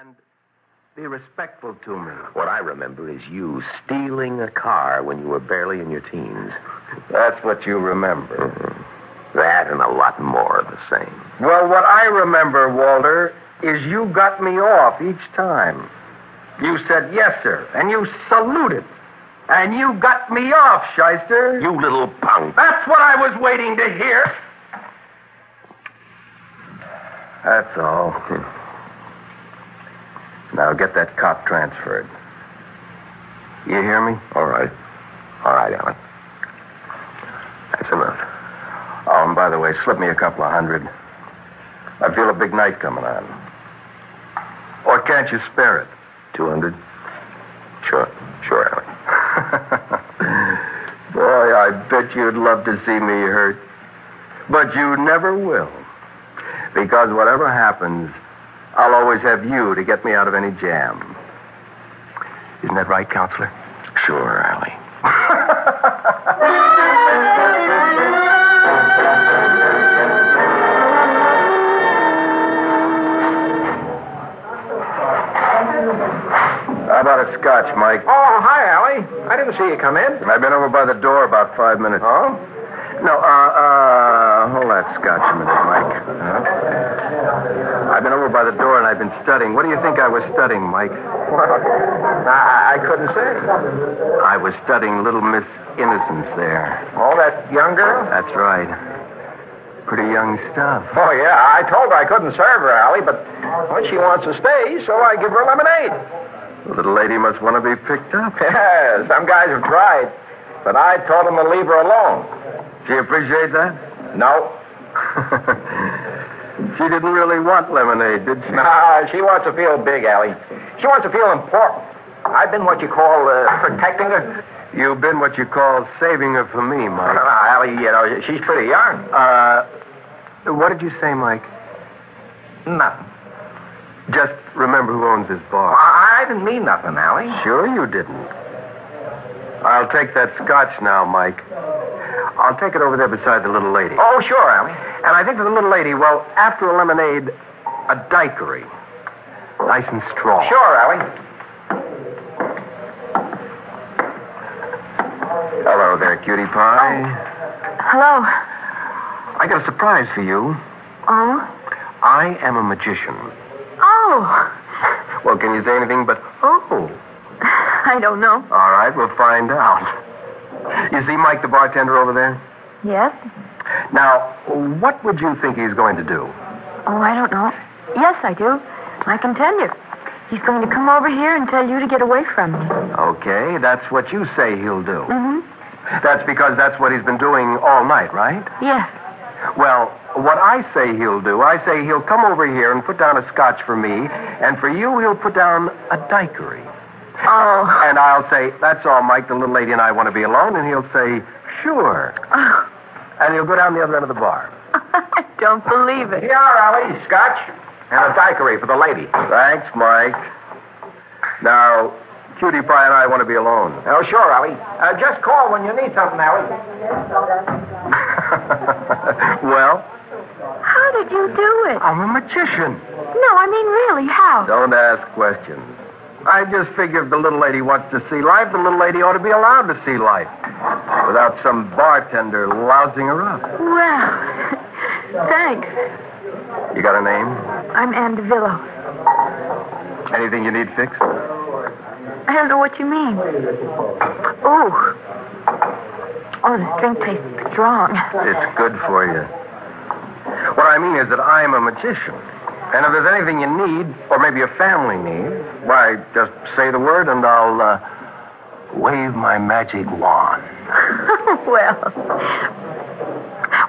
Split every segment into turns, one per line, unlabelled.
and be respectful to me.
What I remember is you stealing a car when you were barely in your teens. That's what you remember. That and a lot more of the same.
Well, what I remember, Walter, is you got me off each time. You said yes, sir, and you saluted. And you got me off, Shyster.
You little punk.
That's what I was waiting to hear. That's all. now get that cop transferred. You hear me?
All right. All right, Alan. That's enough.
Oh, and by the way, slip me a couple of hundred. I feel a big night coming on. Or can't you spare it?
Two hundred? Sure. Sure, Alan.
Boy, I bet you'd love to see me hurt. But you never will. Because whatever happens, I'll always have you to get me out of any jam. Isn't that right, Counselor?
Sure, Allie.
How about a scotch, Mike?
Oh, hi, Allie. I didn't see you come in.
I've been over by the door about five minutes.
Oh?
No, uh, uh, hold that scotch a minute, Mike. I've been over by the door and I've been studying. What do you think I was studying, Mike?
I, I couldn't say.
I was studying Little Miss Innocence there.
Oh, that young girl?
That's right. Pretty young stuff.
Oh, yeah. I told her I couldn't serve her, Allie, but well, she wants to stay, so I give her lemonade.
The little lady must want to be picked up.
Yeah, some guys have tried, but I told them to leave her alone.
Do you appreciate that?
No.
she didn't really want lemonade, did she?
Nah, she wants to feel big, Allie. She wants to feel important. I've been what you call uh, protecting her.
You've been what you call saving her for me,
No, no,
Mike.
Allie, you know, she's pretty young.
Uh, what did you say, Mike?
Nothing.
Just remember who owns this bar.
I, I didn't mean nothing, Allie.
Sure you didn't. I'll take that scotch now, Mike. I'll take it over there beside the little lady.
Oh, sure, Allie.
And I think for the little lady, well, after a lemonade, a daiquiri. Nice and strong.
Sure, Allie.
Hello there, cutie pie.
Oh. Hello.
I got a surprise for you.
Oh?
I am a magician.
Oh!
Well, can you say anything but, oh?
I don't know.
All right, we'll find out. You see Mike, the bartender over there?
Yes?
Now, what would you think he's going to do?
Oh, I don't know. Yes, I do. I can tell you. He's going to come over here and tell you to get away from me.
Okay, that's what you say he'll do.
Mm-hmm.
That's because that's what he's been doing all night, right?
Yes.
Well, what I say he'll do, I say he'll come over here and put down a scotch for me, and for you, he'll put down a daiquiri.
Oh.
And I'll say, that's all, Mike. The little lady and I want to be alone. And he'll say, sure.
oh.
And he'll go down the other end of the bar.
I don't believe it.
Here, Allie. Scotch and a daiquiri for the lady.
Thanks, Mike. Now, Cutie Pie and I want to be alone.
Oh, sure, Allie. Uh, just call when you need something, Allie.
well,
How did you do it?
I'm a magician.
No, I mean, really, how?
Don't ask questions. I just figure if the little lady wants to see life, the little lady ought to be allowed to see life without some bartender lousing her up.
Well, thanks.
You got a name?
I'm Ann DeVillo.
Anything you need fixed?
I don't know what you mean. Oh. Oh, this drink tastes strong.
It's good for you. What I mean is that I'm a magician. And if there's anything you need, or maybe your family needs, why, just say the word and I'll uh, wave my magic wand.
well.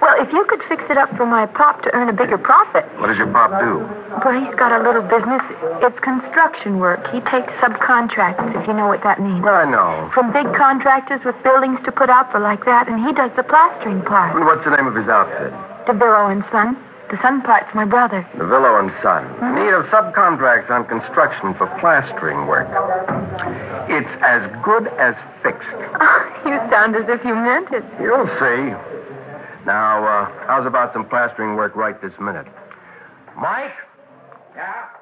Well, if you could fix it up for my pop to earn a bigger profit.
What does your pop do?
Well, he's got a little business. It's construction work. He takes subcontracts, if you know what that means.
Well, I know.
From big contractors with buildings to put out for like that, and he does the plastering part.
What's the name of his outfit?
DeViro and Son. The son part's my brother.
Navillo and Son. Need of subcontracts on construction for plastering work. It's as good as fixed.
Oh, you sound as if you meant it.
You'll see. Now, uh, how's about some plastering work right this minute? Mike?
Yeah?